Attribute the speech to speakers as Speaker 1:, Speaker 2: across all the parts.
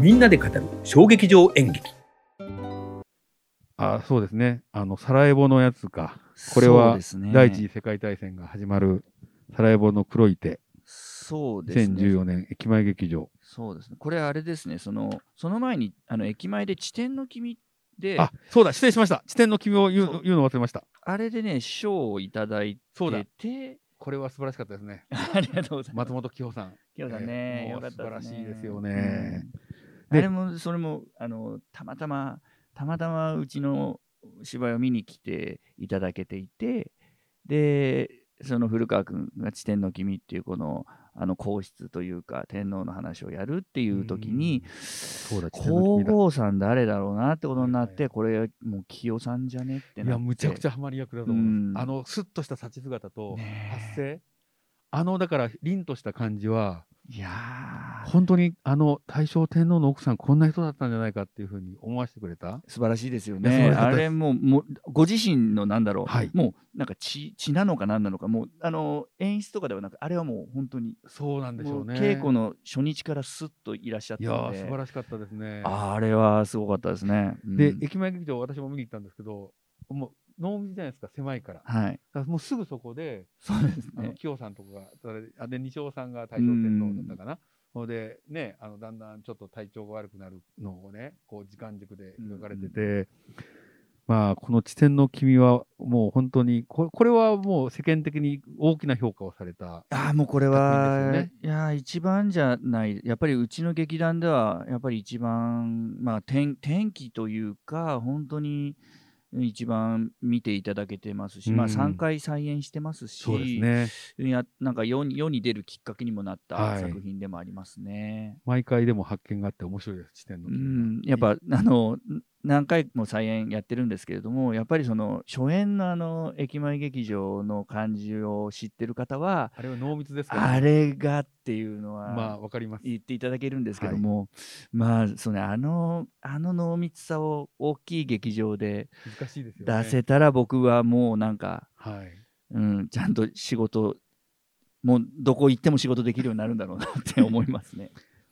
Speaker 1: みんなで語る衝撃場演劇
Speaker 2: あそうですね。あの、サラエボのやつか。これは
Speaker 3: そうですね
Speaker 2: 第一次世界大戦が始まるサラエボの黒い手、
Speaker 3: そうですね。
Speaker 2: 2014年駅前劇場。
Speaker 3: そうですね。これあれですね。そのその前にあの駅前で地点の君で、
Speaker 2: あ
Speaker 3: あ、
Speaker 2: そうだ、失礼しました。地点の君を言う
Speaker 3: そう
Speaker 2: 言うの忘れました。
Speaker 3: れでね賞をいただい
Speaker 2: そうだ
Speaker 3: て、て、
Speaker 2: これは素晴らしかったですね。
Speaker 3: ありがとうございます。
Speaker 2: 松本清さん。
Speaker 3: 今日だ
Speaker 2: え
Speaker 3: ね、
Speaker 2: ー
Speaker 3: よ
Speaker 2: もう
Speaker 3: かった
Speaker 2: 素晴らしいですよね
Speaker 3: うん
Speaker 2: で
Speaker 3: あれもそれもあのたまたまたまたまうちの芝居を見に来ていただけていてでその古川君が「地点の君」っていうこのあの皇室というか天皇の話をやるっていう時に
Speaker 2: うんそうだ、地点の
Speaker 3: 皇
Speaker 2: 君だ。
Speaker 3: 后さん誰だろうなってことになっ
Speaker 2: はいは
Speaker 3: てこれもう清さんじゃねって
Speaker 2: い
Speaker 3: なって
Speaker 2: や、むちゃくち
Speaker 3: ゃ
Speaker 2: ゃハマり役だと思います
Speaker 3: うん
Speaker 2: あの、スッとした立ち姿と発声。あの、だから、凛とした感じは、
Speaker 3: いやー
Speaker 2: 本当に、あの、大正天皇の奥さん、こんな人だったんじゃないかっていうふうに思わせてくれた。
Speaker 3: 素晴らしいですよ
Speaker 2: いや
Speaker 3: ね。
Speaker 2: 素晴らしかった
Speaker 3: あ
Speaker 2: です
Speaker 3: れもうもうご自身のなんだろう、
Speaker 2: はい
Speaker 3: もうなんか血血なのか何なのかもうあの演出とかではなくあれはもう本当に
Speaker 2: そうなんでし
Speaker 3: も
Speaker 2: ょ
Speaker 3: う
Speaker 2: うね。
Speaker 3: 稽古の初日からすっといらっしゃっ
Speaker 2: い
Speaker 3: た
Speaker 2: や
Speaker 3: の
Speaker 2: ー
Speaker 3: で
Speaker 2: 素晴らしかったですね。
Speaker 3: あれはすごかったですね。うん
Speaker 2: で、駅前劇場、私も見に行ったんですけど、もう、濃密じゃないですか、狭いから。だか
Speaker 3: はい、
Speaker 2: らもうすぐそこで、
Speaker 3: そうです
Speaker 2: あの
Speaker 3: ね。
Speaker 2: 清さんとかが、それあで、二条さんが大正天皇だったかな。ほんで、ね、あのだんだんちょっと体調が悪くなるのをね、こう時間軸で描かれてて、まあ、この地点の君は、もう本当にこ、これはもう世間的に大きな評価をされた。
Speaker 3: ああもうこれ
Speaker 2: 作
Speaker 3: は、
Speaker 2: 品です
Speaker 3: いやー一番じゃないやっぱりうちの劇団ではやっぱり一番まあ天天気というか本当に一番見ていただけてますし、まあ
Speaker 2: うん
Speaker 3: 3回再演してますし、
Speaker 2: ね。
Speaker 3: いやなんか世に世に出るきっかけにもなっ
Speaker 2: は
Speaker 3: た
Speaker 2: い
Speaker 3: 作品でもありますね。
Speaker 2: 毎回でも発見があって面白いです、地点の
Speaker 3: う
Speaker 2: 君は。
Speaker 3: ん、やっぱあのん何回も再演やってるんですけれどもやっぱりその初演のあの駅前劇場の感じを知ってる方は
Speaker 2: あれは濃密ですから、
Speaker 3: あれがっていうのは、
Speaker 2: まあ、わかります。
Speaker 3: 言っていただけるんですけども、まあそのあのあの濃密さを大きい劇場で
Speaker 2: 難しいですよね。
Speaker 3: 出せたら僕はもうなんか、
Speaker 2: はい。
Speaker 3: うん、ちゃんと仕事もうどこ行っても仕事できるようになるんだろうなって思いますね。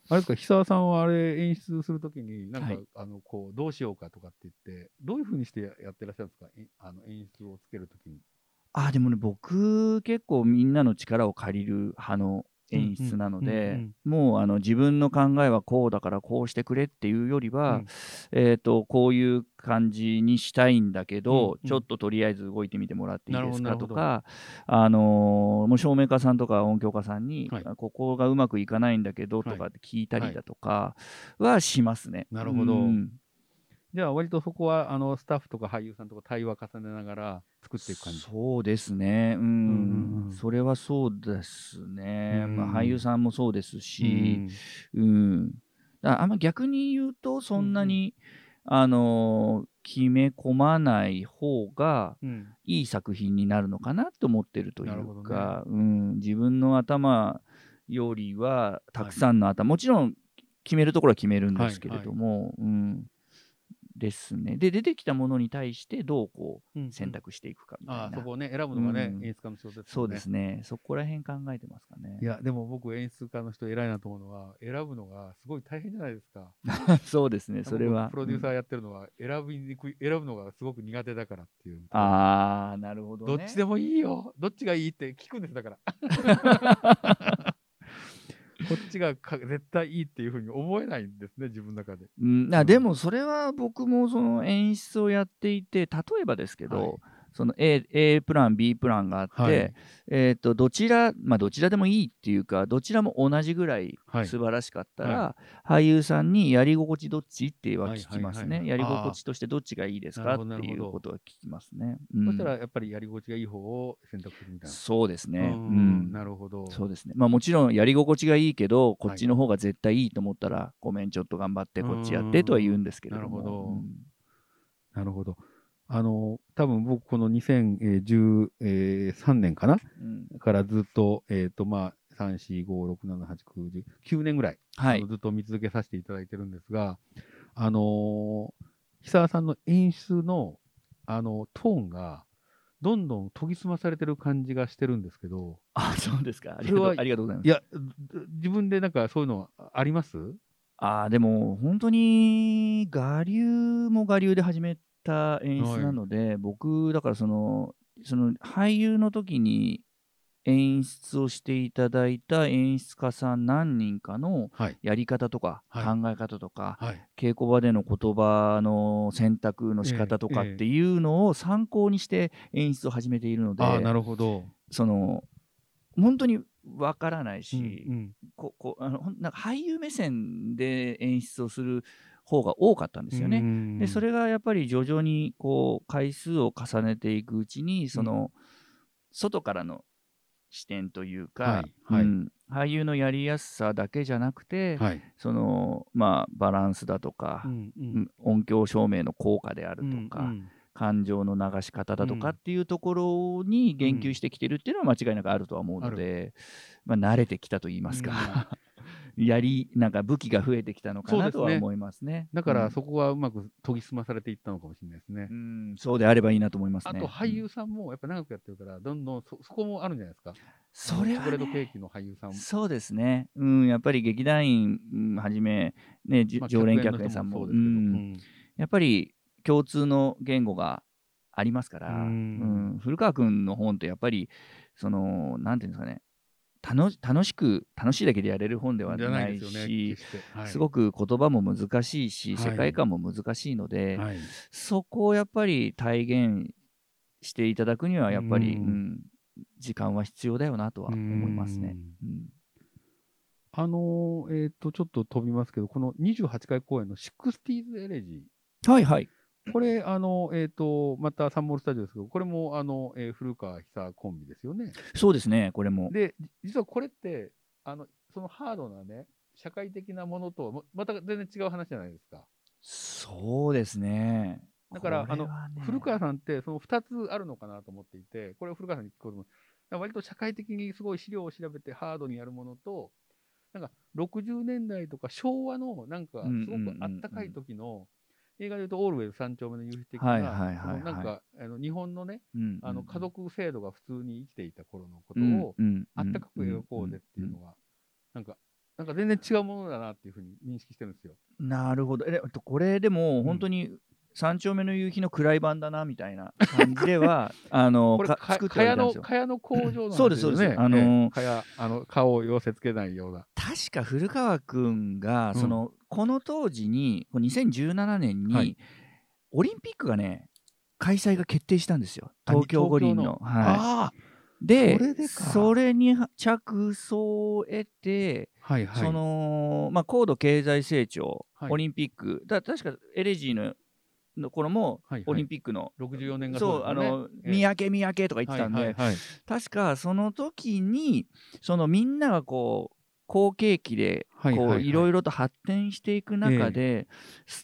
Speaker 2: あれですか、久さんはあれ演出するときに、なんか、
Speaker 3: はい
Speaker 2: あの、こう、どうしようかとかって言って、どういうふうにしてやってらっしゃるんですかいあの、演出をつけるときに。
Speaker 3: あーでもね僕結構みんなの力を借りる派の演出なの
Speaker 2: うんうん
Speaker 3: でもうあの自分の考えはこうだからこうしてくれっていうよりは、
Speaker 2: うん
Speaker 3: えー、とこういう感じにしたいんだけど、
Speaker 2: うんうん
Speaker 3: ちょっととりあえず動いてみてもらっていいです
Speaker 2: なるほ
Speaker 3: か
Speaker 2: ど
Speaker 3: とか、あのーもう照明家さんとか音響家さんに、
Speaker 2: はい
Speaker 3: ここがうまくいかないんだけどとかって聞いたりだとかはしますね。
Speaker 2: なるほど
Speaker 3: うん
Speaker 2: じゃあ、割とそこは、あの、スタッフとか俳優さんとか対話重ねながら作っていく感じ。
Speaker 3: そうですね、うん
Speaker 2: うんうんうん
Speaker 3: それはそうですね、
Speaker 2: うん
Speaker 3: まあ、俳優さんもそうです
Speaker 2: う
Speaker 3: し、
Speaker 2: ん
Speaker 3: うんだあんま逆に言うとそんなに、あのー決め込まない方が
Speaker 2: うん
Speaker 3: いい作品になるのかなと思ってるとい
Speaker 2: なるほど
Speaker 3: う
Speaker 2: ね
Speaker 3: か、うん、自分の頭よりはたくさんの頭、もちろん決めるところは決めるんですけれども、うん、ですねで出てきたものに対してどうこう選。択していくかみたいな、
Speaker 2: ああ、そこをね、選ぶのがね、
Speaker 3: うん
Speaker 2: 演出家の仕事です
Speaker 3: そ
Speaker 2: よ
Speaker 3: う
Speaker 2: ね。
Speaker 3: ですねそこら辺考えてますかね
Speaker 2: いや、でも僕、演出家の人偉いなと思うのは、選ぶのがすごい大変じゃないですか。
Speaker 3: そうですねそれは
Speaker 2: 僕プロデューサ
Speaker 3: うん
Speaker 2: ーやってるのは、選びにくい、選ぶのがすごく苦手だからっていう。
Speaker 3: ああなるほど、
Speaker 2: ど
Speaker 3: ね、
Speaker 2: っちでもいいよ。どっちがいいって聞くんです、だから。 こっちがか絶対いいっていうふうに思えないんですね、自分の中で。
Speaker 3: うん、
Speaker 2: う
Speaker 3: あ
Speaker 2: ん
Speaker 3: でもそれは僕もその演出をやっていて例えばですけど、
Speaker 2: はい
Speaker 3: その A, A プラン B プランがあって、
Speaker 2: はい
Speaker 3: えー、とどちら、まあ、どちらでもいいっていうかどちらも同じぐらい
Speaker 2: はい
Speaker 3: 素晴らしかったら、俳優さんにやり心地どっちっては聞きます
Speaker 2: はいは
Speaker 3: ね、
Speaker 2: いはい
Speaker 3: やり心地としてどっちがいいです
Speaker 2: あ
Speaker 3: か
Speaker 2: ーな
Speaker 3: っ
Speaker 2: るほ
Speaker 3: て
Speaker 2: ど
Speaker 3: いうことは聞きますね、うん
Speaker 2: そしたらやっぱりやり心地がいい方を選択するみたいな。
Speaker 3: そうですね、
Speaker 2: う
Speaker 3: うんん、
Speaker 2: なるほど。
Speaker 3: そうですね、まあ、もちろんやり心地がいいけどこっちの方が絶対いいと思ったら、ごめんちょっと頑張ってこっちやってとは言うんですけれども
Speaker 2: うんなるほどな
Speaker 3: うん
Speaker 2: るほど。あの、多分僕、この2013年かな
Speaker 3: うん
Speaker 2: からずっと、えっ、と、まあ、3、4、5、6、7、8、9、10、9年ぐらい。
Speaker 3: は
Speaker 2: あ
Speaker 3: い
Speaker 2: のずっと見続けさせていただいてるんですが、あのー、久沢さんの演出の、あのトーンが、どんどん研ぎ澄まされてる感じがしてるんですけど、
Speaker 3: あそうですかあり
Speaker 2: それ
Speaker 3: が
Speaker 2: は
Speaker 3: とうありがとうございま
Speaker 2: い
Speaker 3: す
Speaker 2: や、ず自分でなんかそういうのあります
Speaker 3: ああ、でも本当に我流も我流で始めた演出なので、僕、だからその、その俳優の時に演出をしていただいた演出家さん何人かの
Speaker 2: はい
Speaker 3: やり方とか
Speaker 2: はい
Speaker 3: 考え方とか、
Speaker 2: はい
Speaker 3: 稽古場での言葉の選択の仕方とか
Speaker 2: ええ
Speaker 3: っていうのを参考にして演出を始めているので、
Speaker 2: ああなるほど、
Speaker 3: その本当にわからないし、
Speaker 2: うん
Speaker 3: ここあのほんなんか俳優目線で演出をする方が多かったんですよね。
Speaker 2: ね
Speaker 3: でそれがやっぱり徐々にこう回数を重ねていくうちにその、外からの視点というか、
Speaker 2: はいはい
Speaker 3: うん俳優のやりやすさだけじゃなくて、
Speaker 2: はい、
Speaker 3: そのまあ、バランスだとか、
Speaker 2: んう
Speaker 3: うん音響照明の効果である
Speaker 2: う
Speaker 3: と
Speaker 2: ん
Speaker 3: か、
Speaker 2: うん
Speaker 3: 感情の流し方だとか
Speaker 2: うん
Speaker 3: っていうところに言及してきてるっていうのは間違いなくあるとは思うので、まあ、慣れてきたと言いますか、やりなんか武器が増えてきたのか
Speaker 2: そう
Speaker 3: な
Speaker 2: です
Speaker 3: と
Speaker 2: ね
Speaker 3: は思いますね。
Speaker 2: だから
Speaker 3: そ,、
Speaker 2: そこはうまく研ぎ澄まされていったのかもしれないですね
Speaker 3: う。ん、そうであればいいなと思いますね。
Speaker 2: あと俳優さんもやっぱ長くやってるから、どんどんそそこもあるんじゃないですか。
Speaker 3: それ
Speaker 2: チョ
Speaker 3: は、
Speaker 2: コレートケ
Speaker 3: ね
Speaker 2: ー、キの俳優さんも。
Speaker 3: そうですね、うん、やっぱり劇団員うんはじめ、ねじ
Speaker 2: まあ
Speaker 3: 常連客員さんも
Speaker 2: 客演の人
Speaker 3: うんやっぱり共通の言語がありますから、
Speaker 2: うん
Speaker 3: うん古川君の本ってやっぱりそのなんていうんですかね楽し楽しく楽しいだけでやれる本で
Speaker 2: そう
Speaker 3: は
Speaker 2: ですけどうんじゃな
Speaker 3: ないい
Speaker 2: ですよね。
Speaker 3: し
Speaker 2: 決してはい、
Speaker 3: すごく言葉も難しい
Speaker 2: は
Speaker 3: し、
Speaker 2: い
Speaker 3: 世界観も難しいので、
Speaker 2: はい
Speaker 3: そこをやっぱり体現していただくにはやっぱり、
Speaker 2: う
Speaker 3: うんん時間は必要だよなとは思いますね。。うん
Speaker 2: あのーえっ、と、ちょっと飛びますけど、この28回公演の 60s エレジ
Speaker 3: はいはい。
Speaker 2: ー。これ、あの、えっ、と、またサンモールスタジオですけど、これも、あの、えー古川久コンビですよね。
Speaker 3: そうですね、これも。
Speaker 2: で、じ実はこれって、あの、そのハードなね、社会的なものとはも、また全然違う話じゃないですか。
Speaker 3: そうですね。
Speaker 2: だから
Speaker 3: これはね
Speaker 2: 古川さんって、その2つあるのかなと思っていて、これは古川さんに聞こうと思う。だから割と社会的にすごい資料を調べてハードにやるものと、なんか60年代とか昭和のなんか
Speaker 3: うん
Speaker 2: すごくあったかい時の、映画でいうと、オールウェイズ三丁目の夕日的
Speaker 3: はいはいはい
Speaker 2: な、そ
Speaker 3: は
Speaker 2: の
Speaker 3: い
Speaker 2: なんかあの日本のね、
Speaker 3: うん
Speaker 2: あの
Speaker 3: うん
Speaker 2: 家族制度が普通に生きていた頃のこと
Speaker 3: うん
Speaker 2: を、
Speaker 3: うん
Speaker 2: あったかく描こうぜっていうのが、なんか、なんか全然違うものだなっていうふうに認識してるんですよ。
Speaker 3: うんなるほどえでえっとこれでも本当に三丁目の夕日の暗い版だなみたいな感じでは あの
Speaker 2: これ、
Speaker 3: か
Speaker 2: か
Speaker 3: 作って
Speaker 2: 蚊
Speaker 3: はいた
Speaker 2: 帳の
Speaker 3: んですよ
Speaker 2: 蚊帳の工場の話
Speaker 3: そうですそうです
Speaker 2: よね
Speaker 3: あのー
Speaker 2: ええ蚊帳あの顔を寄せつけないような。
Speaker 3: 確か古川君が
Speaker 2: うん
Speaker 3: その、この当時にこう2017年に、
Speaker 2: はい
Speaker 3: オリンピックがね開催が決定したんですよ
Speaker 2: あ
Speaker 3: 東京五輪の
Speaker 2: 東
Speaker 3: はい
Speaker 2: ああ、
Speaker 3: で
Speaker 2: それでか
Speaker 3: それに着想を得て、
Speaker 2: はいはい。
Speaker 3: その、まあ、高度経済成長、
Speaker 2: はい
Speaker 3: オリンピック、だ確かエレジーのの頃も、
Speaker 2: はいはい
Speaker 3: オリンピックの、
Speaker 2: 64年が
Speaker 3: そう、
Speaker 2: です
Speaker 3: あ
Speaker 2: よね
Speaker 3: の、
Speaker 2: ええ
Speaker 3: 三宅三宅とか言ってたんで、
Speaker 2: はいはいはい
Speaker 3: 確かその時に、そのみんながこう、好景気で、
Speaker 2: はは
Speaker 3: こう、いろ
Speaker 2: い
Speaker 3: いろと発展していく中で、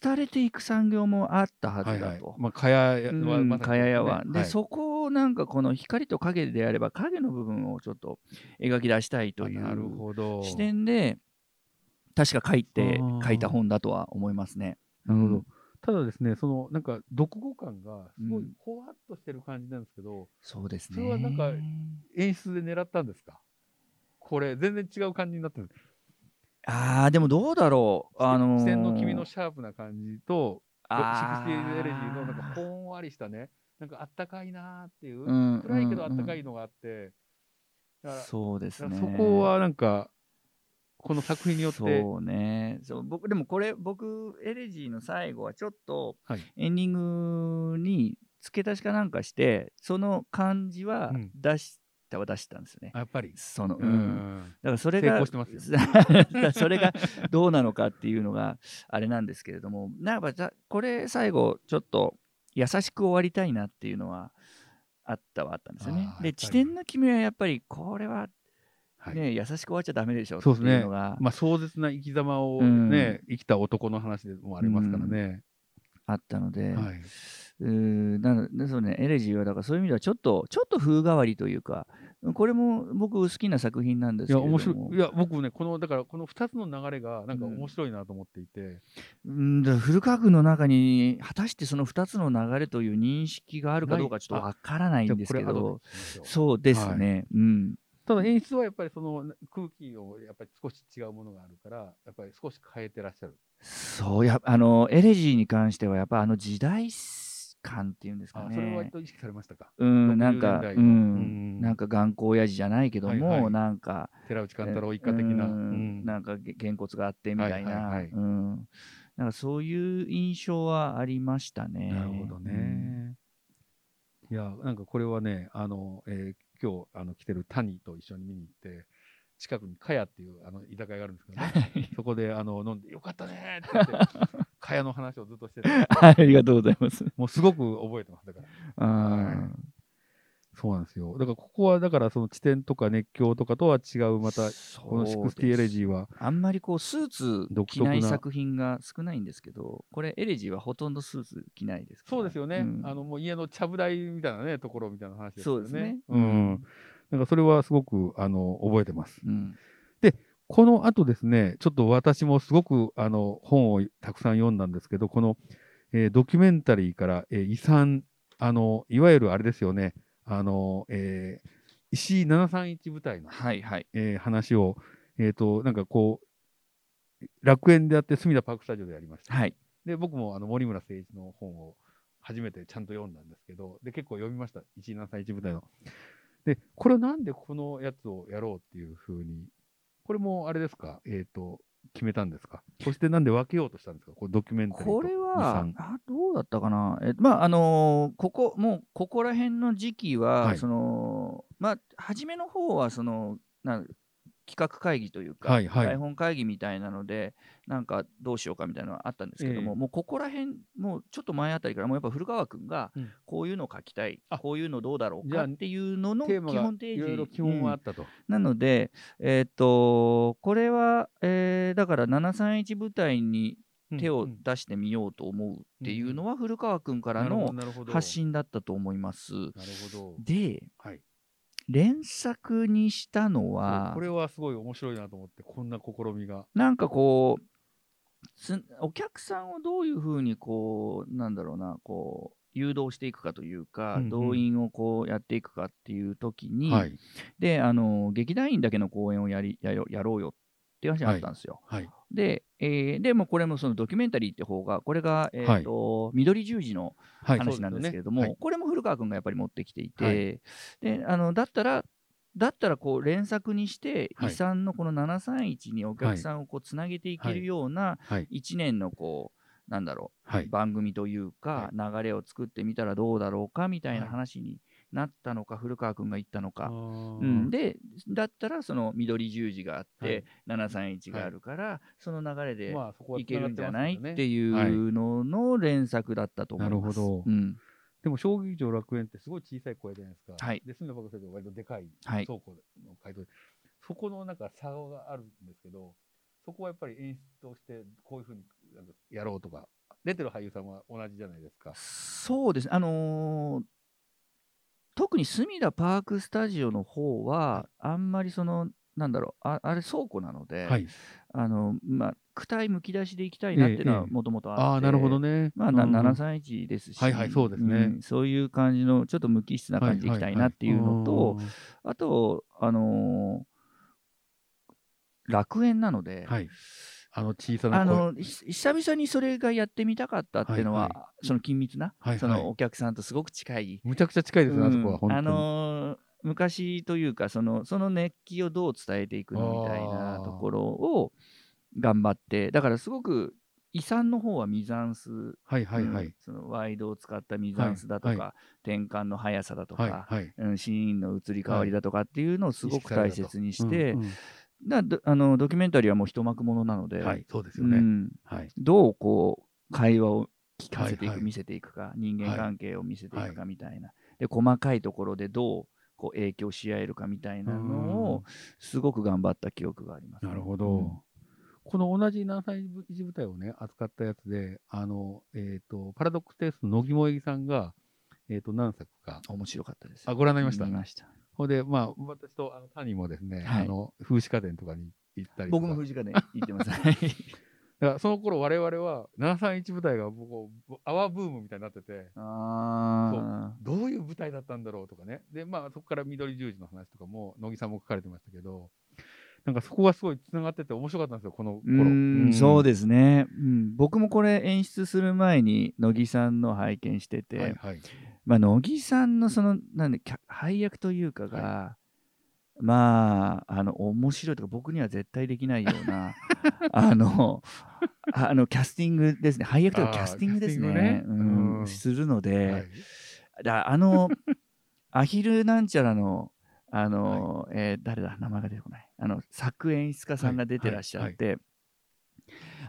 Speaker 3: 廃れていく産業もあったはずだと。
Speaker 2: はいはいまあ、蚊帳
Speaker 3: う
Speaker 2: は、
Speaker 3: ん
Speaker 2: まさに
Speaker 3: かややは。
Speaker 2: ね
Speaker 3: で、
Speaker 2: はい
Speaker 3: そこをなんかこの光と影であれば影の部分をちょっと描き出したいとい
Speaker 2: あなる
Speaker 3: う
Speaker 2: ほど。
Speaker 3: 視点で確か書いて
Speaker 2: あー
Speaker 3: 書いた本だとは思いますね。
Speaker 2: なるほど。ただですね、そのなんか、読語感がすごい
Speaker 3: うん
Speaker 2: ほわっとしてる感じなんですけど、
Speaker 3: そうですね。
Speaker 2: それはなんか演出で狙ったんですかこれ、全然違う感じになってる。
Speaker 3: ああでもどうだろうあのー、
Speaker 2: 視点の君のシャープな感じと、
Speaker 3: あ
Speaker 2: シクスティーズエレジーのなんかほんわりしたね、なんかあったかいなーっていう、暗いけどあったか
Speaker 3: い、
Speaker 2: いのがあって、
Speaker 3: うん
Speaker 2: だから
Speaker 3: そうですね。
Speaker 2: そこはなんか、この作品によって、
Speaker 3: そうねそう僕でもこれ僕エレジーの最後はちょっと
Speaker 2: はい
Speaker 3: エンディングに付け足しかなんかしてその感じは
Speaker 2: うん
Speaker 3: 出したは出したんですよね。
Speaker 2: あやっぱり、
Speaker 3: その、う、
Speaker 2: うんん、
Speaker 3: だからそれ
Speaker 2: 成
Speaker 3: が
Speaker 2: 功してますよ
Speaker 3: だから それがどうなのかっていうのがあれなんですけれどもなんかざこれ最後ちょっと優しく終わりたいなっていうのはあったはあったんですよね
Speaker 2: あ。ーやっ
Speaker 3: で
Speaker 2: ぱり
Speaker 3: 地点の君はやっぱりこれは、ね
Speaker 2: はい
Speaker 3: 優しく終わっちゃダメでしょって
Speaker 2: そうですね
Speaker 3: いうのが
Speaker 2: まあ、壮絶な生き様をね、生きた男の話でもありますからね。
Speaker 3: あったので、
Speaker 2: はい、
Speaker 3: うーんなのでそうねエレジーはだからそういう意味ではちょっとちょっと風変わりというかこれも僕好きな作品なんです
Speaker 2: いや
Speaker 3: けれども
Speaker 2: 面白いいや僕ねこのだからこの2つの流れがなんか面白いなと思っていて、
Speaker 3: うんだから古川君の中に果たしてその2つの流れという認識があるかどう
Speaker 2: な
Speaker 3: か
Speaker 2: い
Speaker 3: ちょっとわからないん
Speaker 2: じ
Speaker 3: で
Speaker 2: ゃあこ
Speaker 3: すけ
Speaker 2: れ後
Speaker 3: ど
Speaker 2: で聞きましょう
Speaker 3: そうですね、うん
Speaker 2: ただ演出はやっぱりその空気をやっぱり少し違うものがあるからやっぱり少し変えてらっしゃる。
Speaker 3: そうやあのエレジーに関してはやっぱあの時代感っていうんですか
Speaker 2: あ
Speaker 3: ね。
Speaker 2: それは割と意識されましたか。
Speaker 3: うんなん
Speaker 2: 60
Speaker 3: か、
Speaker 2: 年代
Speaker 3: う
Speaker 2: の
Speaker 3: ん、なん
Speaker 2: か
Speaker 3: か頑固親父じゃないけども、
Speaker 2: はいはい
Speaker 3: なんか
Speaker 2: 寺内貫太郎一家的な。
Speaker 3: うん
Speaker 2: うん
Speaker 3: なんかげげんこつがあってみたいな、
Speaker 2: はいはいはい
Speaker 3: うん、なんかそういう印象はありましたね。
Speaker 2: なるほどね。いや、なんかこれはね、あの、えー今日あの来てる谷と一緒に見に行って、近くにかやっていうあの居酒屋があるんですけど、ね、そこであの飲んで、よかったねーって言って、かやの話をずっとしてて、
Speaker 3: はい。 ありがとうございます。
Speaker 2: もうすごく覚えてます。だから。
Speaker 3: あ
Speaker 2: そうなんですよ。だからここは、だからその地点とか熱狂とかとは違う、また、この60エレジーは、
Speaker 3: あんまりこうスーツ
Speaker 2: 独
Speaker 3: 着
Speaker 2: 特な
Speaker 3: ない作品が少ないんですけど、これエレジーはほとんどスーツ着ないですから
Speaker 2: そうですよね、
Speaker 3: ん
Speaker 2: あのもう家のちゃぶ台みたいなね、ところみたいな話ですよ
Speaker 3: そう
Speaker 2: ね。
Speaker 3: ですね。
Speaker 2: うん。なんかそれはすごくあの覚えてます。
Speaker 3: うん。
Speaker 2: この後ですね、ちょっと私もすごくあの本をたくさん読んだんですけど、この、えードキュメンタリーから、えー遺産あの、いわゆるあれですよね、あのえー石井731部隊の、
Speaker 3: はいはい。
Speaker 2: えー話を、えーと、なんかこう、楽園であって、隅田パークスタジオでやりました。
Speaker 3: はい。
Speaker 2: で、僕もあの森村誠一の本を初めてちゃんと読んだんですけど、で、結構読みました、1 7 3 1部隊の。で、これはなんでこのやつをやろうっていうふうに、これもあれですか、えっ、と、決めたんですか。そしてなんで分けようとしたんですか、これドキュメンタリーと
Speaker 3: これは
Speaker 2: 遺産
Speaker 3: あどうだったかな、えまああのーここもうここら辺の時期は、
Speaker 2: はい
Speaker 3: そのまあ初めの方はそのなん企画会議というか、
Speaker 2: はいはい
Speaker 3: 台本会議みたいなのでなんかどうしようかみたいなのはあったんですけども、
Speaker 2: ええ
Speaker 3: もうここら辺もうちょっと前あたりからもうやっぱ古川君が
Speaker 2: うん
Speaker 3: こういうのを書きたい、
Speaker 2: あ
Speaker 3: こういうのどうだろう
Speaker 2: じゃ
Speaker 3: か
Speaker 2: あ
Speaker 3: っていうのの基
Speaker 2: テーマが
Speaker 3: 本提
Speaker 2: い
Speaker 3: 示
Speaker 2: ろいろ基本はあ
Speaker 3: うん
Speaker 2: ったと。
Speaker 3: なので、えっ、と、これは、えーだから731部隊に手を出してみようと思うっていうのは、古川君からの発
Speaker 2: 発信。
Speaker 3: 信だったと思います。
Speaker 2: なるほど。
Speaker 3: で、
Speaker 2: はい、
Speaker 3: 連作にしたの
Speaker 2: そう
Speaker 3: は
Speaker 2: こ、れはすごい面白いなと思って、こんな試みが。
Speaker 3: なんかこう、つお客さんをどういうふうにこう、なんだろうな、こう、誘導していくかというか、
Speaker 2: うんうん
Speaker 3: 動員をこうやっていくかっていう時に、
Speaker 2: はい。
Speaker 3: で、あの、劇団員だけの公演をやりやろやろうよっていう話があったんですよ。
Speaker 2: はい。
Speaker 3: で、えーでもこれもそのドキュメンタリーって方が、これが、えーと緑十字の
Speaker 2: はい。
Speaker 3: 話なんですけれども、
Speaker 2: はい
Speaker 3: これも古川君がやっぱり持ってきていて、
Speaker 2: はい
Speaker 3: であのだったら、だったらこう連作にして、
Speaker 2: はい
Speaker 3: 遺産のこの731にお客さんをこうつなげていけるような
Speaker 2: はい。
Speaker 3: 1年のこう、なんだろ
Speaker 2: は
Speaker 3: う、
Speaker 2: い。
Speaker 3: 番組というか、流れを作ってみたらどうだろうかみたいな
Speaker 2: はい
Speaker 3: 話になったのか、古川君が言ったのか。う、、
Speaker 2: うん
Speaker 3: でだったらその緑十字があって、731
Speaker 2: はい
Speaker 3: があるから、その流れで
Speaker 2: まあ、そこはい
Speaker 3: けるんじゃない
Speaker 2: 繋がます
Speaker 3: っ
Speaker 2: よね
Speaker 3: ていうのの連作だったと思いま
Speaker 2: な
Speaker 3: す。
Speaker 2: るほど
Speaker 3: うん
Speaker 2: でも小劇場楽園ってすごい小さい声じゃないですか。
Speaker 3: はい
Speaker 2: で、住んだばかりで割とでかい
Speaker 3: は
Speaker 2: 倉
Speaker 3: い
Speaker 2: 庫の会場で、そこのなんか差があるんですけど、そこはやっぱり演出としてこういうふうになんかやろうとか、出てる俳優さんは同じじゃないですか。
Speaker 3: そうですね、あのー特に隅田パークスタジオの方は、あんまりその、なんだろう、ああれ倉庫なので、
Speaker 2: い。
Speaker 3: あのまあ、躯体むき出しでいきたいなっていうの
Speaker 2: ええ
Speaker 3: は
Speaker 2: ええ
Speaker 3: もともとあって、
Speaker 2: ああ、なるほどね。
Speaker 3: まあ、な731ですし、
Speaker 2: はいはいそうですね
Speaker 3: んそういう感じの、ちょっと無機質な感じでいきたいなっていうのと、あと、あのー楽園なので、
Speaker 2: はい。あの小さな声。
Speaker 3: あのひ久々にそれがやってみたかったっていうのは、
Speaker 2: はい
Speaker 3: その緊密な、
Speaker 2: はいはい
Speaker 3: そのお客さんとすごく近い、
Speaker 2: むちゃくちゃ近いですね、あそこ
Speaker 3: うん
Speaker 2: は。本当に。
Speaker 3: あのー昔というかその、その熱気をどう伝えていくのみたいな
Speaker 2: あー
Speaker 3: ところを頑張って、だからすごく遺産の方はミザンス、
Speaker 2: はいはいは
Speaker 3: うん
Speaker 2: い。
Speaker 3: そのワイドを使ったミザンスだとか、
Speaker 2: はいは
Speaker 3: 転換の速さだとか、
Speaker 2: はいはい。
Speaker 3: うん、シーンの移り変わりだとかっていうのをすごく大切にして、
Speaker 2: うんうん
Speaker 3: だどあのドキュメンタリーはもう一幕ものなので、
Speaker 2: はい、そうです
Speaker 3: う
Speaker 2: よね。
Speaker 3: ん、
Speaker 2: はい。
Speaker 3: どうこう会話を聞かせていく、
Speaker 2: はいはい
Speaker 3: 見せていくか人間
Speaker 2: はい
Speaker 3: 関係を見せてい
Speaker 2: は
Speaker 3: く
Speaker 2: い
Speaker 3: かみたいな、で細かいところでどうこう影響し合えるかみたいなのをすごく頑張った記憶があります、
Speaker 2: なるほど。
Speaker 3: うん
Speaker 2: この同じ南西一部隊をね、扱ったやつで、あの、えっ、と、パラドックステイスの乃木萌木さんが、えっ、と、何作か、
Speaker 3: 面白かったです
Speaker 2: あ、ご覧になりました。
Speaker 3: 見
Speaker 2: ほ
Speaker 3: ま
Speaker 2: ん
Speaker 3: した
Speaker 2: で、まあ、私とあの谷もですね、
Speaker 3: はい
Speaker 2: あの、風刺家電とかに行ったりとか
Speaker 3: 僕も藤家で行ってますはい
Speaker 2: だからその頃我々は731舞台がこうアワーブームみたいになってて
Speaker 3: あ
Speaker 2: どういう舞台だったんだろうとかねでまあそこから緑十字の話とかも乃木さんも書かれてましたけどなんかそこがすごいつながってて面白かったんですよこの頃
Speaker 3: うーんそう
Speaker 2: で
Speaker 3: ですね、うん、僕もこれ演出する前に乃木さんの拝見してて、
Speaker 2: はいはい
Speaker 3: まあ、乃木さんのそのなんで客配役というかが、まああの面白いとか僕には絶対できないよう なあのあのキャスティングですね配役というか
Speaker 2: あー
Speaker 3: キャスティングですね
Speaker 2: キャスティング
Speaker 3: う
Speaker 2: ねう
Speaker 3: ん
Speaker 2: ん
Speaker 3: するので、
Speaker 2: はい
Speaker 3: だあのアヒルなんちゃらのあの、えー誰だ名前が出てこないあの作演出家さんが出てらっしゃって、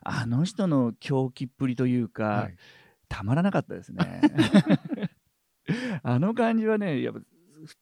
Speaker 3: あの人の狂気っぷりというか、
Speaker 2: はい
Speaker 3: たまらなかっ たですね。あの感じはね、やっぱ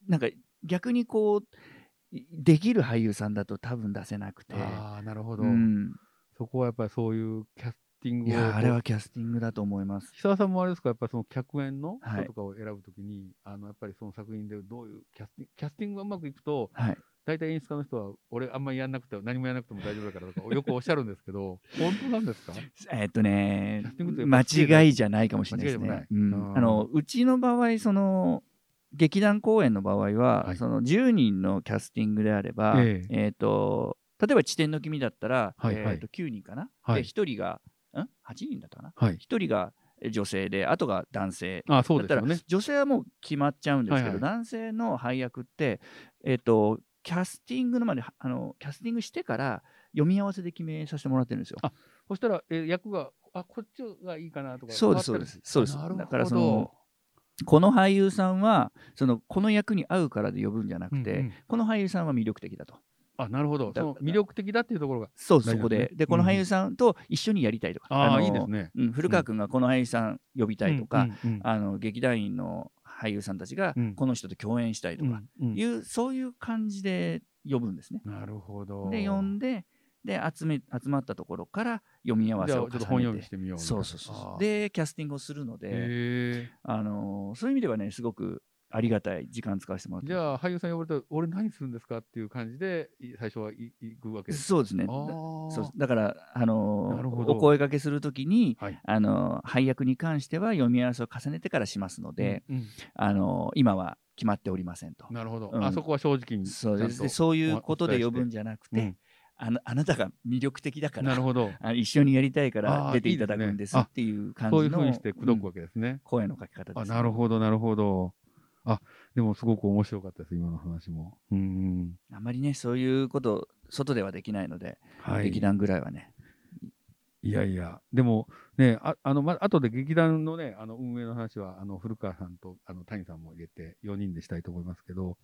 Speaker 3: なんか逆にこういできる俳優さんだと多分出せなくて、
Speaker 2: ああなるほど、
Speaker 3: うん、
Speaker 2: そこはやっぱりそういうキャスティングを
Speaker 3: いやあれはキャスティングだと思います。
Speaker 2: 久田さんもあれですかやっぱりその客演の
Speaker 3: はい
Speaker 2: 人とかを選ぶときに、あのやっぱりその作品でどういうキャスティングキャスティングがうまくいくと
Speaker 3: はい、
Speaker 2: 大体演出家の人は俺あんまりやんなくても何もやらなくても大丈夫だから とかよくおっしゃるんですけど本当なんですか
Speaker 3: えーっとね
Speaker 2: キャスティングってやっぱ綺麗だ
Speaker 3: 間違いじゃないかもしれないですね
Speaker 2: 間違い。
Speaker 3: う
Speaker 2: でもない
Speaker 3: ん
Speaker 2: うん
Speaker 3: あのうちの場合その劇団公演の場合は、
Speaker 2: はい
Speaker 3: その10人のキャスティングであれば、え
Speaker 2: え
Speaker 3: ーっと例えば「地点の君」だったら、
Speaker 2: はいはい
Speaker 3: えーっと9人かな、
Speaker 2: はい
Speaker 3: で1人がん8人だったかな
Speaker 2: はい
Speaker 3: 1人が女性であとが男性
Speaker 2: あそうですよ
Speaker 3: だ
Speaker 2: ね
Speaker 3: ったら女性はもう決まっちゃうんですけど、
Speaker 2: はいはい
Speaker 3: 男性の配役って、えっとキャスティングのまであのキャスティングしてから読み合わせで決めさせてもらってるんですよ。
Speaker 2: あそしたら、えー役があこっちがいいかなとか
Speaker 3: そうです
Speaker 2: 変わったり
Speaker 3: そうですそうです
Speaker 2: あなるほど
Speaker 3: だからそのこの俳優さんはそのこの役に合うからで呼ぶんじゃなくて、
Speaker 2: うんうん
Speaker 3: この俳優さんは魅力的だと。
Speaker 2: あなるほど
Speaker 3: だ
Speaker 2: その魅力的だっていうところが
Speaker 3: そう
Speaker 2: な
Speaker 3: そ
Speaker 2: る
Speaker 3: こ
Speaker 2: ほどね
Speaker 3: で、でこの俳優さんと一緒にやりたいとか、
Speaker 2: あ
Speaker 3: の
Speaker 2: あいいですね
Speaker 3: うん、古川君がこの俳優さん呼びたいとか、
Speaker 2: うんうんうん
Speaker 3: あの劇団員の俳優さんたちが
Speaker 2: うん
Speaker 3: この人と共演したいとか、
Speaker 2: うんうん
Speaker 3: いう、そういう感じで呼ぶんですね。
Speaker 2: なるほど
Speaker 3: で呼んでで集め集まったところから読み合わ
Speaker 2: じ
Speaker 3: せ
Speaker 2: ゃあちょっ
Speaker 3: を重ねて
Speaker 2: と本読みしてみようみたい
Speaker 3: そ
Speaker 2: な
Speaker 3: うそうそう
Speaker 2: あ
Speaker 3: そ
Speaker 2: ー
Speaker 3: うでキャスティングをするので、
Speaker 2: へ
Speaker 3: あのーそういう意味ではねすごくありがたい時間使わせてもらっ
Speaker 2: え
Speaker 3: て
Speaker 2: じ
Speaker 3: ます
Speaker 2: ゃあ俳優さん呼ばれたら俺何するんですかっていう感じでい最初はい行くわけです
Speaker 3: そうですね
Speaker 2: あ
Speaker 3: だ
Speaker 2: ー
Speaker 3: そうだから、あのー
Speaker 2: なるほど
Speaker 3: お声掛けするときに、
Speaker 2: はい
Speaker 3: あのー配役に関しては読み合わせを重ねてからしますので、
Speaker 2: うんうん
Speaker 3: あのー今は決まっておりませんと。
Speaker 2: なるほど、
Speaker 3: うん
Speaker 2: あそこは正直に
Speaker 3: そうです
Speaker 2: ちゃん
Speaker 3: で
Speaker 2: と
Speaker 3: そういうことで呼ぶ
Speaker 2: お
Speaker 3: ん
Speaker 2: 伝
Speaker 3: じゃなく
Speaker 2: えして
Speaker 3: て、あのあなたが魅力的だか
Speaker 2: うん
Speaker 3: ら
Speaker 2: なるほど
Speaker 3: あの一緒にやりたいか
Speaker 2: あ
Speaker 3: ら
Speaker 2: ー
Speaker 3: 出ていただくんで
Speaker 2: いいで
Speaker 3: す
Speaker 2: すねあ
Speaker 3: っていう感
Speaker 2: そ
Speaker 3: じの
Speaker 2: ういうふうにして口説く
Speaker 3: うん
Speaker 2: わけですね、
Speaker 3: 声の書き方です、
Speaker 2: あなるほどなるほどあでもすごく面白かったです今の話もうん
Speaker 3: あんまりねそういうこと外ではできないので、
Speaker 2: は
Speaker 3: 劇団ぐらいはね
Speaker 2: いやいや、でもね、ああの、ま、後で劇団のね、あの、運営の話は、あの、古川さんと、あの、谷さんも入れて、4人でしたいと思いますけど、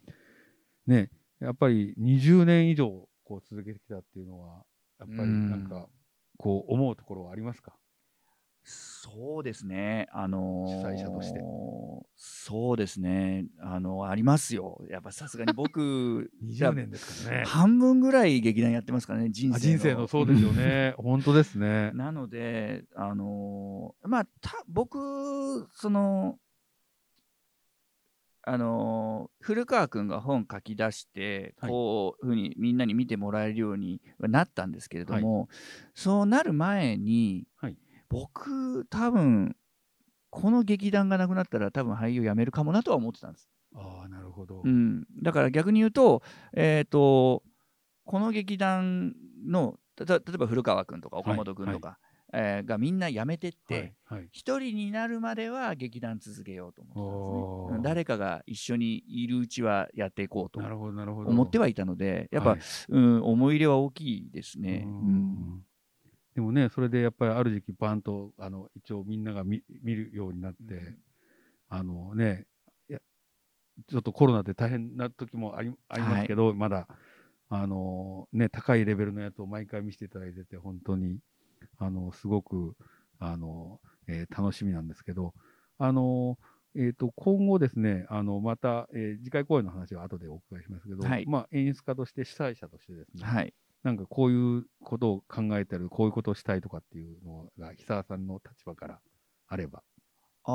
Speaker 2: ね、やっぱり20年以上、こう、続けてきたっていうのは、やっぱり、
Speaker 3: うん
Speaker 2: なんか、こう、思うところはありますか
Speaker 3: そうですねあのー
Speaker 2: 主催者として
Speaker 3: そうですねあのありますよやっぱさすが に僕じゃあ
Speaker 2: ですからね
Speaker 3: 半分ぐらい劇団やってますからね人生の
Speaker 2: 人生の、そうですよね。本当ですね。
Speaker 3: なので、あのーまあ、た僕、その、あのー古川君が本書き出して、
Speaker 2: はい
Speaker 3: こういうふうにみんなに見てもらえるようにはなったんですけれども、そうなる前に、
Speaker 2: はい
Speaker 3: 僕、多分この劇団がなくなったら、多分俳優辞めるかもなとは思ってたんです。
Speaker 2: ああ、なるほど。
Speaker 3: うん、だから逆に言うと,、えー、とこの劇団のたた例えば古川君とか岡本君とか、えーがみんな辞めてって、
Speaker 2: はい、はい。
Speaker 3: 一人になるまでは劇団続けようと思ってたんですね
Speaker 2: お
Speaker 3: う
Speaker 2: ー
Speaker 3: ん。誰かが一緒にいるうちはやっていこうと
Speaker 2: なるほど、なるほど。
Speaker 3: 思ってはいたのでやっぱ、
Speaker 2: はい
Speaker 3: うん、思い入れは大きいですね。
Speaker 2: う
Speaker 3: うん
Speaker 2: んでもね、それでやっぱりある時期、バンとあの一応みんなが見見るようになって、
Speaker 3: うん
Speaker 2: あのねいや、ちょっとコロナで大変な時もありありますけど、まだあの、ね、高いレベルのやつを毎回見せていただいてて、本当にあのすごくあの、えー楽しみなんですけど、あのえー、と今後ですね、あのまた、えー次回公演の話は後でお伺いしますけど、
Speaker 3: はい
Speaker 2: まあ、演出家として主催者としてですね、
Speaker 3: はい
Speaker 2: なんかこういうことを考えてる、こういうことをしたいとかっていうのが、久沢さんの立場からあれば。
Speaker 3: あ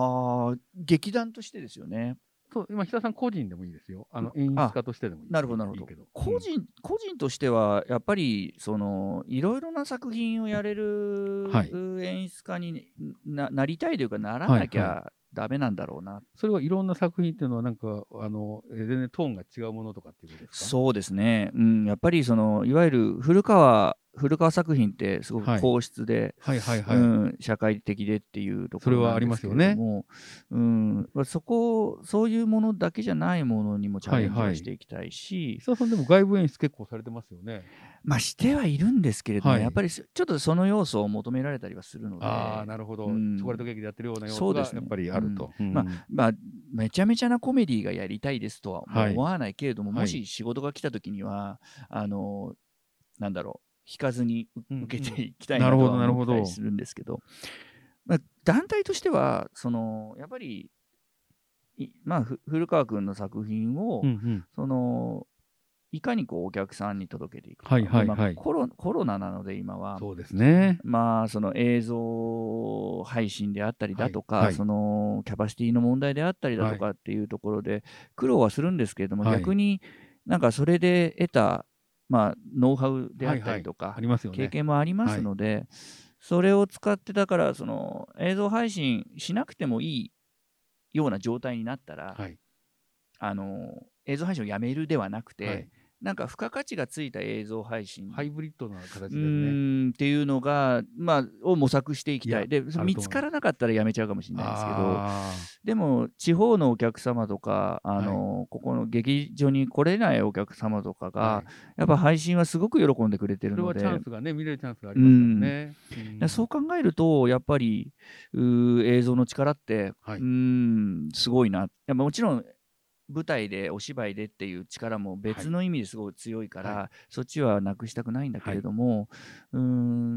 Speaker 3: ー劇団としてですよね。
Speaker 2: そう、今、久田さん個人でもいいですよ。あの、演出家としてでもいい。
Speaker 3: なるほどなるほど
Speaker 2: いいけど。
Speaker 3: 個人、個人としてはやっぱりそのいろいろな作品をやれる、
Speaker 2: はいう
Speaker 3: 演出家にななりたいというかならなき
Speaker 2: はい
Speaker 3: ゃダメなんだろうな、
Speaker 2: それはいろんな作品っていうのは、なんか、あの、えー全然トーンが違うものとかっていうことですか
Speaker 3: そうですね、うん、やっぱりそのいわゆる古川古川作品ってすご
Speaker 2: は
Speaker 3: く
Speaker 2: い
Speaker 3: 皇室で、
Speaker 2: はいはいはい。
Speaker 3: うん、社会的でっていうところ
Speaker 2: それは
Speaker 3: なんですけれどもうんまあ、そこそういうものだけじゃないものにもチャレンジ
Speaker 2: はいは
Speaker 3: を
Speaker 2: い
Speaker 3: していきたいし、
Speaker 2: 久田さんでも外部演出結構されてますよね。
Speaker 3: まあしてはいるんですけれども、
Speaker 2: はい
Speaker 3: やっぱりすちょっとその要素を求められたりはするので
Speaker 2: ああ、なるほど。チ
Speaker 3: うん
Speaker 2: ョコレートケーキでやってるような要
Speaker 3: そ
Speaker 2: 素
Speaker 3: うで
Speaker 2: が
Speaker 3: すね
Speaker 2: やっぱりあると。うん
Speaker 3: ままあ、めちゃめちゃなコメディがやりたいですとは
Speaker 2: はい
Speaker 3: 思わないけれども、
Speaker 2: はい
Speaker 3: もし仕事が来た時には、あのなんだろう引かずにう
Speaker 2: うん
Speaker 3: 受けていきたいなとは
Speaker 2: なるほ
Speaker 3: 思っ
Speaker 2: どな
Speaker 3: た
Speaker 2: るほ
Speaker 3: り
Speaker 2: ど
Speaker 3: するんですけどまあ、団体としてはそのやっぱりいまあ、ふ古川君の作品を、
Speaker 2: うんうん
Speaker 3: そのいかにこうお客さんに届けていくか、
Speaker 2: はいはいはい
Speaker 3: まあコロコロナなので今は
Speaker 2: そうですね。
Speaker 3: まあ、その映像配信であったりだとか、
Speaker 2: はいはい
Speaker 3: そのキャパシティの問題であったりだとかっていうところで苦労はするんですけれども、
Speaker 2: はい
Speaker 3: 逆になんかそれで得た、まあ、ノウハウであったりとか、
Speaker 2: ありますよね。
Speaker 3: 経験もありますので、それを使ってだからその映像配信しなくてもいいような状態になったら、
Speaker 2: はい。
Speaker 3: あの映像配信をやめるではなくて、
Speaker 2: はい
Speaker 3: なんか付加価値がついた映像配信
Speaker 2: ハイブリッドな形
Speaker 3: う
Speaker 2: でね。
Speaker 3: ーんっていうのが、まあ、を模索していきたい
Speaker 2: い
Speaker 3: で
Speaker 2: ると思う
Speaker 3: 見つからなかったらやめちゃうかもしれないですけど
Speaker 2: あ
Speaker 3: でも地方のお客様とかあの、ここの劇場に来れないお客様とかが、
Speaker 2: ーはい
Speaker 3: やっぱ配信はすごく喜んでくれ
Speaker 2: そ
Speaker 3: てる
Speaker 2: れ
Speaker 3: の
Speaker 2: はチ
Speaker 3: で
Speaker 2: ャンスがね、見れるチャンスがありますからね。
Speaker 3: でそう考えるとやっぱりうー映像の力って、
Speaker 2: はいう
Speaker 3: ーんすごいないやもちろん舞台でお芝居でっていう力も別の意味ですごい強いから、
Speaker 2: は
Speaker 3: そっちはなくしたくないんだけれども、うー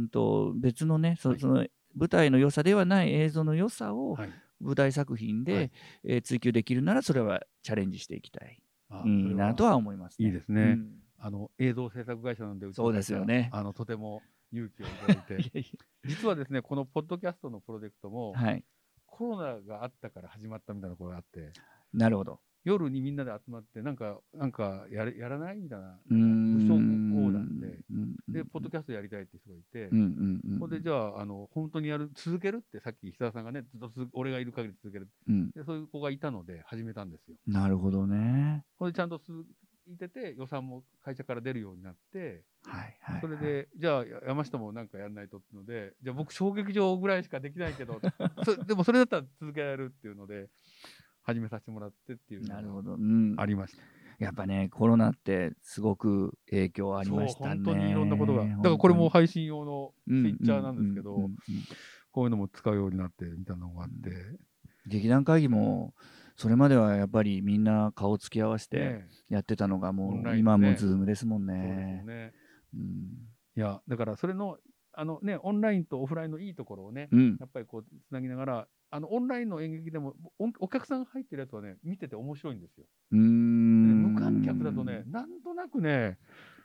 Speaker 3: んと別のねそ,、
Speaker 2: はい
Speaker 3: その舞台の良さではない映像の良さを
Speaker 2: はい
Speaker 3: 舞台作品で、
Speaker 2: はい
Speaker 3: えー追求できるならそれはチャレンジしていきたい、
Speaker 2: あ
Speaker 3: うん
Speaker 2: それ
Speaker 3: なとは思いますね。
Speaker 2: いいですね
Speaker 3: うん
Speaker 2: あの映像制作会社なんで、うちの
Speaker 3: そうですよね
Speaker 2: 会社あのとても勇気をいただ いて、
Speaker 3: いやい
Speaker 2: 実はですね、このポッドキャストのプロジェクトも
Speaker 3: や、はい、
Speaker 2: コロナがあったから始まったみたいなところがあって、
Speaker 3: なるほど。
Speaker 2: 夜にみんなで集まって、なんか、なんかやれやらないみたいな、
Speaker 3: うーん
Speaker 2: 無償オーダーで、
Speaker 3: うん
Speaker 2: で、ポッドキャストやりたいって人がいて、
Speaker 3: うんうんうん、
Speaker 2: ほんで、じゃあ、あの本当にやる、続けるって、さっき久田さんがね、ずっと続俺がいる限り続ける
Speaker 3: うん、
Speaker 2: で、そういう子がいたので、始めたんですよ。
Speaker 3: なるほどね。
Speaker 2: ほんで、ちゃんと続いてて、予算も会社から出るようになって、
Speaker 3: はいはい、はい。
Speaker 2: それで、じゃあ、や山下もなんかやんないとってので、じゃあ、僕、小劇場ぐらいしかできない けど、そでもそれだったら続けられるっていうので、始めさせてもらってっていう
Speaker 3: なる
Speaker 2: の
Speaker 3: ほ
Speaker 2: が
Speaker 3: ど、うん
Speaker 2: あ。りました。
Speaker 3: やっぱね、コロナってすごく影響ありまし
Speaker 2: そ
Speaker 3: たね。
Speaker 2: う本当にいろんなことが、だから
Speaker 3: 本当に
Speaker 2: これも配信用の
Speaker 3: う
Speaker 2: ツイ
Speaker 3: ん
Speaker 2: ッチャーなんですけど、
Speaker 3: うんうんうん
Speaker 2: こういうのも使うようになってみたいなのがあって、
Speaker 3: う劇団会議も、それまではやっぱりみんな顔つき合わせて
Speaker 2: ね
Speaker 3: やってたのが、も
Speaker 2: オン
Speaker 3: う、
Speaker 2: ラインで
Speaker 3: 今もズームですもん
Speaker 2: えそうですよ
Speaker 3: ね。
Speaker 2: ね。
Speaker 3: うん
Speaker 2: いや、だからそれの、あのね、オンラインとオフラインのいいところをね、
Speaker 3: うん
Speaker 2: やっぱりこう、つなぎながら、あの、オンラインの演劇でも、おお客さんが入ってるやつはね、見てて面白いんですよ。
Speaker 3: うー
Speaker 2: でね
Speaker 3: ん
Speaker 2: 無観客だとね、なんとなくね、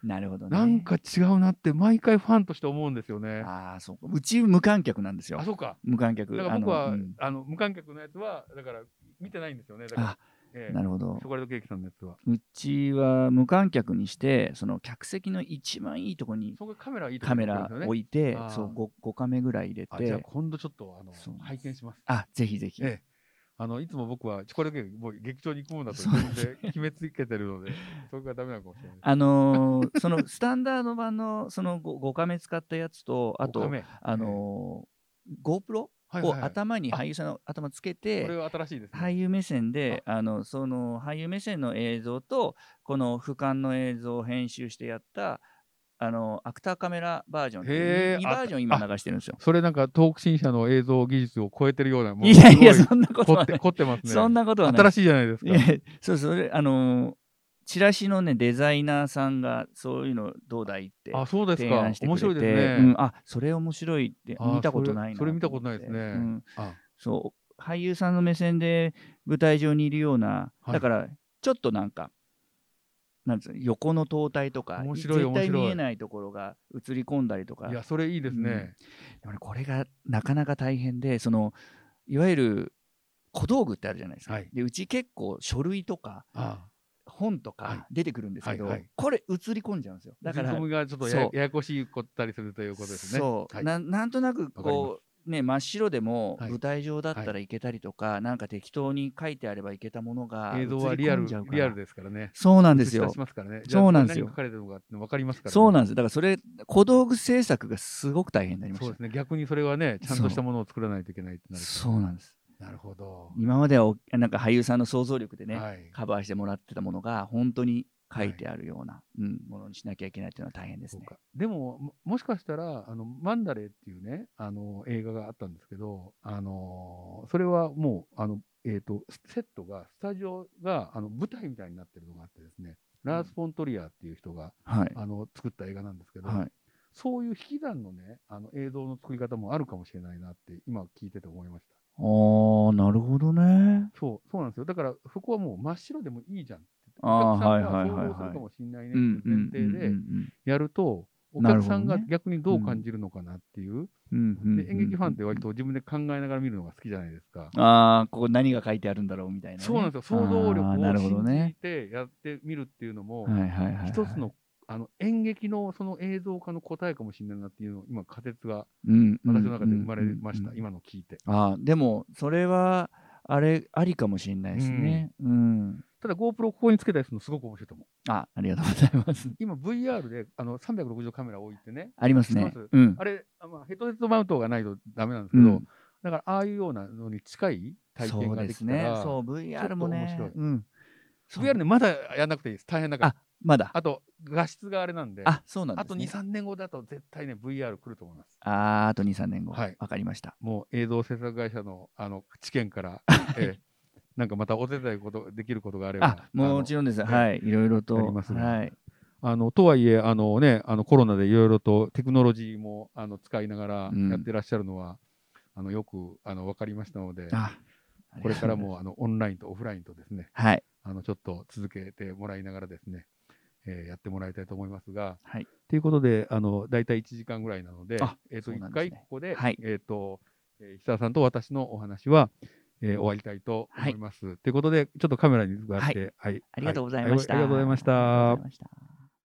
Speaker 3: なるほどね。
Speaker 2: なんか違うなって、毎回ファンとして思うんですよね。
Speaker 3: ああ、そうか。うち無観客なんですよ
Speaker 2: あ、。そうか。
Speaker 3: 無観客。
Speaker 2: だから僕は、
Speaker 3: あ
Speaker 2: あ
Speaker 3: のう
Speaker 2: の
Speaker 3: ん
Speaker 2: 無観客のやつは、だから、見てないんですよね。だから
Speaker 3: あ
Speaker 2: ええ
Speaker 3: なるほど
Speaker 2: チョ。コレートケーキさんのやつは。
Speaker 3: うちは無観客にして、その客席の一番いいとこに
Speaker 2: そこがカメラいいとこ
Speaker 3: カメラ置
Speaker 2: い
Speaker 3: いて、
Speaker 2: あー
Speaker 3: そう 5, 5カメぐらい入れ
Speaker 2: あ、じゃあ
Speaker 3: て、
Speaker 2: 今度ちょっと、あの
Speaker 3: そう、
Speaker 2: 拝見します。
Speaker 3: あぜひぜひ。
Speaker 2: ええ。あの、いつも僕はチョコレートケーキ、もう劇場に行くもんだと
Speaker 3: そう
Speaker 2: 自分で決めつけてるの で、それがダメなのかもしれない。
Speaker 3: あの ーそのスタンダード版のその 5, カメ使ったやつと、あ
Speaker 2: 五カ
Speaker 3: と、
Speaker 2: メ、
Speaker 3: あのー GoPro
Speaker 2: はいはい
Speaker 3: を
Speaker 2: はい
Speaker 3: 頭に
Speaker 2: あ
Speaker 3: 俳優さんの頭つけ
Speaker 2: これ
Speaker 3: て、
Speaker 2: は新しいです、ね。
Speaker 3: 俳優目線で、あのその俳優目線の映像と、この俯瞰の映像を編集してやった、あのアクターカメラバージョンってい
Speaker 2: へー
Speaker 3: う、2バージョン今流してるんですよ。
Speaker 2: それなんか、東北新社の映像技術を超えてるような、もう
Speaker 3: いやいや、
Speaker 2: すご
Speaker 3: そんなこと
Speaker 2: 凝
Speaker 3: は
Speaker 2: っ
Speaker 3: な
Speaker 2: て、
Speaker 3: い。
Speaker 2: 凝ってますね。
Speaker 3: そんなことはない
Speaker 2: 新。しいじゃないですか。
Speaker 3: いやそうそれあのーチラシのねデザイナーさんがそういうのどうだいって
Speaker 2: あ、そうです
Speaker 3: 提
Speaker 2: か
Speaker 3: 案し。てくれて
Speaker 2: 面白いですね。
Speaker 3: うん、あそれ面白いって
Speaker 2: あー
Speaker 3: 見たことないな
Speaker 2: それそれ見たことないですね
Speaker 3: うん
Speaker 2: あ
Speaker 3: そう俳優さんの目線で舞台上にいるような、
Speaker 2: はい
Speaker 3: だからちょっとなんかなんつうの横の塔体とか
Speaker 2: 面白い
Speaker 3: 絶
Speaker 2: 面
Speaker 3: 対
Speaker 2: 白い
Speaker 3: 見えないところが映り込んだりとか
Speaker 2: いや、それいいですね。
Speaker 3: でもねこれがなかなか大変でそのいわゆる小道具ってあるじゃないですか、
Speaker 2: はい
Speaker 3: でうち結構書類とか
Speaker 2: あ
Speaker 3: 本と
Speaker 2: はい
Speaker 3: か出てくるんですけど、
Speaker 2: はいはい
Speaker 3: これ映り込んじゃうんですよ
Speaker 2: あ、
Speaker 3: だから
Speaker 2: 込みがちょっとやや
Speaker 3: そう
Speaker 2: ややこしいこったりするということですね。
Speaker 3: そう、
Speaker 2: はい
Speaker 3: ななんとなく
Speaker 2: わかり
Speaker 3: こうね真っ白でも
Speaker 2: はい
Speaker 3: 舞台上だったらいけたりとか、なんか適当に書いてあればいけたものが
Speaker 2: 映像はリア
Speaker 3: 映り込
Speaker 2: ル
Speaker 3: んじゃうから
Speaker 2: リアルですからね。
Speaker 3: そうなんです
Speaker 2: 映し
Speaker 3: よ
Speaker 2: 出しますからね。
Speaker 3: そうなんですよ
Speaker 2: じゃあ何が書かれてるのかって分かりますからね。
Speaker 3: そうなんですだからそれ小道具制作がすごく大変になりま
Speaker 2: そう
Speaker 3: し
Speaker 2: ですね。逆にそれはね、ちゃんとしたものを作らないといけないって
Speaker 3: た
Speaker 2: なる。
Speaker 3: そうなんです
Speaker 2: なるほど。
Speaker 3: 今まではおなんか俳優さんの想像力でね、
Speaker 2: はい。
Speaker 3: カバーしてもらってたものが本当に書いてあるような、うん、ものにしなきゃいけないというのは大変です
Speaker 2: そう
Speaker 3: ね。
Speaker 2: かでもも、もしかしたら、あの、マンダレーっていうね、あの、映画があったんですけど、あのーそれはもう、あの、えっ、と、セットが、スタジオが、あの、舞台みたいになってるのがあってですね、ラース・フォントリアーっていう人が、
Speaker 3: はい、
Speaker 2: あの、作った映画なんですけど、
Speaker 3: はい、
Speaker 2: そういう引き算のね、あの、映像の作り方もあるかもしれないなって、今聞いてて思いました。
Speaker 3: ああなるほどね。
Speaker 2: そう、そうなんですよ。だから、そこはもう真っ白でもいいじゃんって。
Speaker 3: あ
Speaker 2: お
Speaker 3: あ
Speaker 2: 客さ
Speaker 3: は
Speaker 2: ん
Speaker 3: い
Speaker 2: が
Speaker 3: はいは
Speaker 2: 想像す
Speaker 3: い
Speaker 2: る
Speaker 3: は
Speaker 2: か
Speaker 3: い。
Speaker 2: もしれないね
Speaker 3: うん
Speaker 2: ってい
Speaker 3: う
Speaker 2: う
Speaker 3: んう
Speaker 2: 前
Speaker 3: んう
Speaker 2: 提で
Speaker 3: ん
Speaker 2: やると、お
Speaker 3: なる
Speaker 2: 客
Speaker 3: ほど
Speaker 2: さ
Speaker 3: ね
Speaker 2: んが逆にどう感じるのかなっていう。
Speaker 3: うんうんうん
Speaker 2: で、演劇ファンって割と自分で考えながら見るのが好きじゃないですか。
Speaker 3: ああここ何が書いてあるんだろうみたいなね、
Speaker 2: そうなんですよ。想像
Speaker 3: あーなるほ
Speaker 2: 力
Speaker 3: ど
Speaker 2: を信じ
Speaker 3: ね。
Speaker 2: てやってみるっていうのも
Speaker 3: は、いはいはいはい。
Speaker 2: 一つの、あの、演劇のその映像化の答えかもしれないなっていうのを、今仮説が
Speaker 3: うん
Speaker 2: 私の中で生まれました。
Speaker 3: うんうんうん
Speaker 2: 今の聞いて。
Speaker 3: あーでもそれはあれありかもしれないですね。うん。
Speaker 2: ただ GoPro をここにつけたりするのすごく面白いと思う。
Speaker 3: あありがとうござい ます。
Speaker 2: 今 VR であの360度カメラを置いてね、
Speaker 3: あります
Speaker 2: 知っ
Speaker 3: ね
Speaker 2: てます。
Speaker 3: うん。
Speaker 2: あれ、あまあ、ヘッドヘッドマウントがないとダメなんです
Speaker 3: う
Speaker 2: けど、
Speaker 3: ん
Speaker 2: だからああいうようなのに近い体験ができたら、
Speaker 3: そうですね。そう、VR もね
Speaker 2: ちょっと面白い。
Speaker 3: うん。
Speaker 2: VR ね、まだやんなくていいです。大変だから。
Speaker 3: まだ。
Speaker 2: あと、画質があれなんで、
Speaker 3: あ、そうなんで
Speaker 2: あ
Speaker 3: す
Speaker 2: と
Speaker 3: ね
Speaker 2: 2、。3年後だと絶対ね、VR 来ると思います。
Speaker 3: あーあと2、3年後。
Speaker 2: はい
Speaker 3: わかりました。
Speaker 2: もう映像制作会社のあの知見 から、ええなんかまたお手伝いことできることがあれば。
Speaker 3: あ、もちろんです。
Speaker 2: の
Speaker 3: はい。いろいろと。
Speaker 2: やりますね
Speaker 3: はい。
Speaker 2: あのとはいえあの、ね、あのコロナでいろいろとテクノロジーもあの使いながら
Speaker 3: うん
Speaker 2: やってらっしゃるのは、あのよくあの分かりましたので、
Speaker 3: あ、
Speaker 2: これから。もあのオンラインとオフラインとですね
Speaker 3: はい。
Speaker 2: あのちょっと続けてもらいながらですね、えーやってもらいたいと思いますが。
Speaker 3: はい
Speaker 2: ということであの大体1時間ぐらいなので
Speaker 3: あ
Speaker 2: えー、と
Speaker 3: そう
Speaker 2: 1
Speaker 3: なんですね
Speaker 2: 回ここで、
Speaker 3: はい
Speaker 2: えーとえー、久田さんと私のお話は、えー終わりたいと思います。ということでちょっとカメラに向かって、はい
Speaker 3: ありがとうございました。
Speaker 2: はいありがとうございました
Speaker 3: ありがとうございました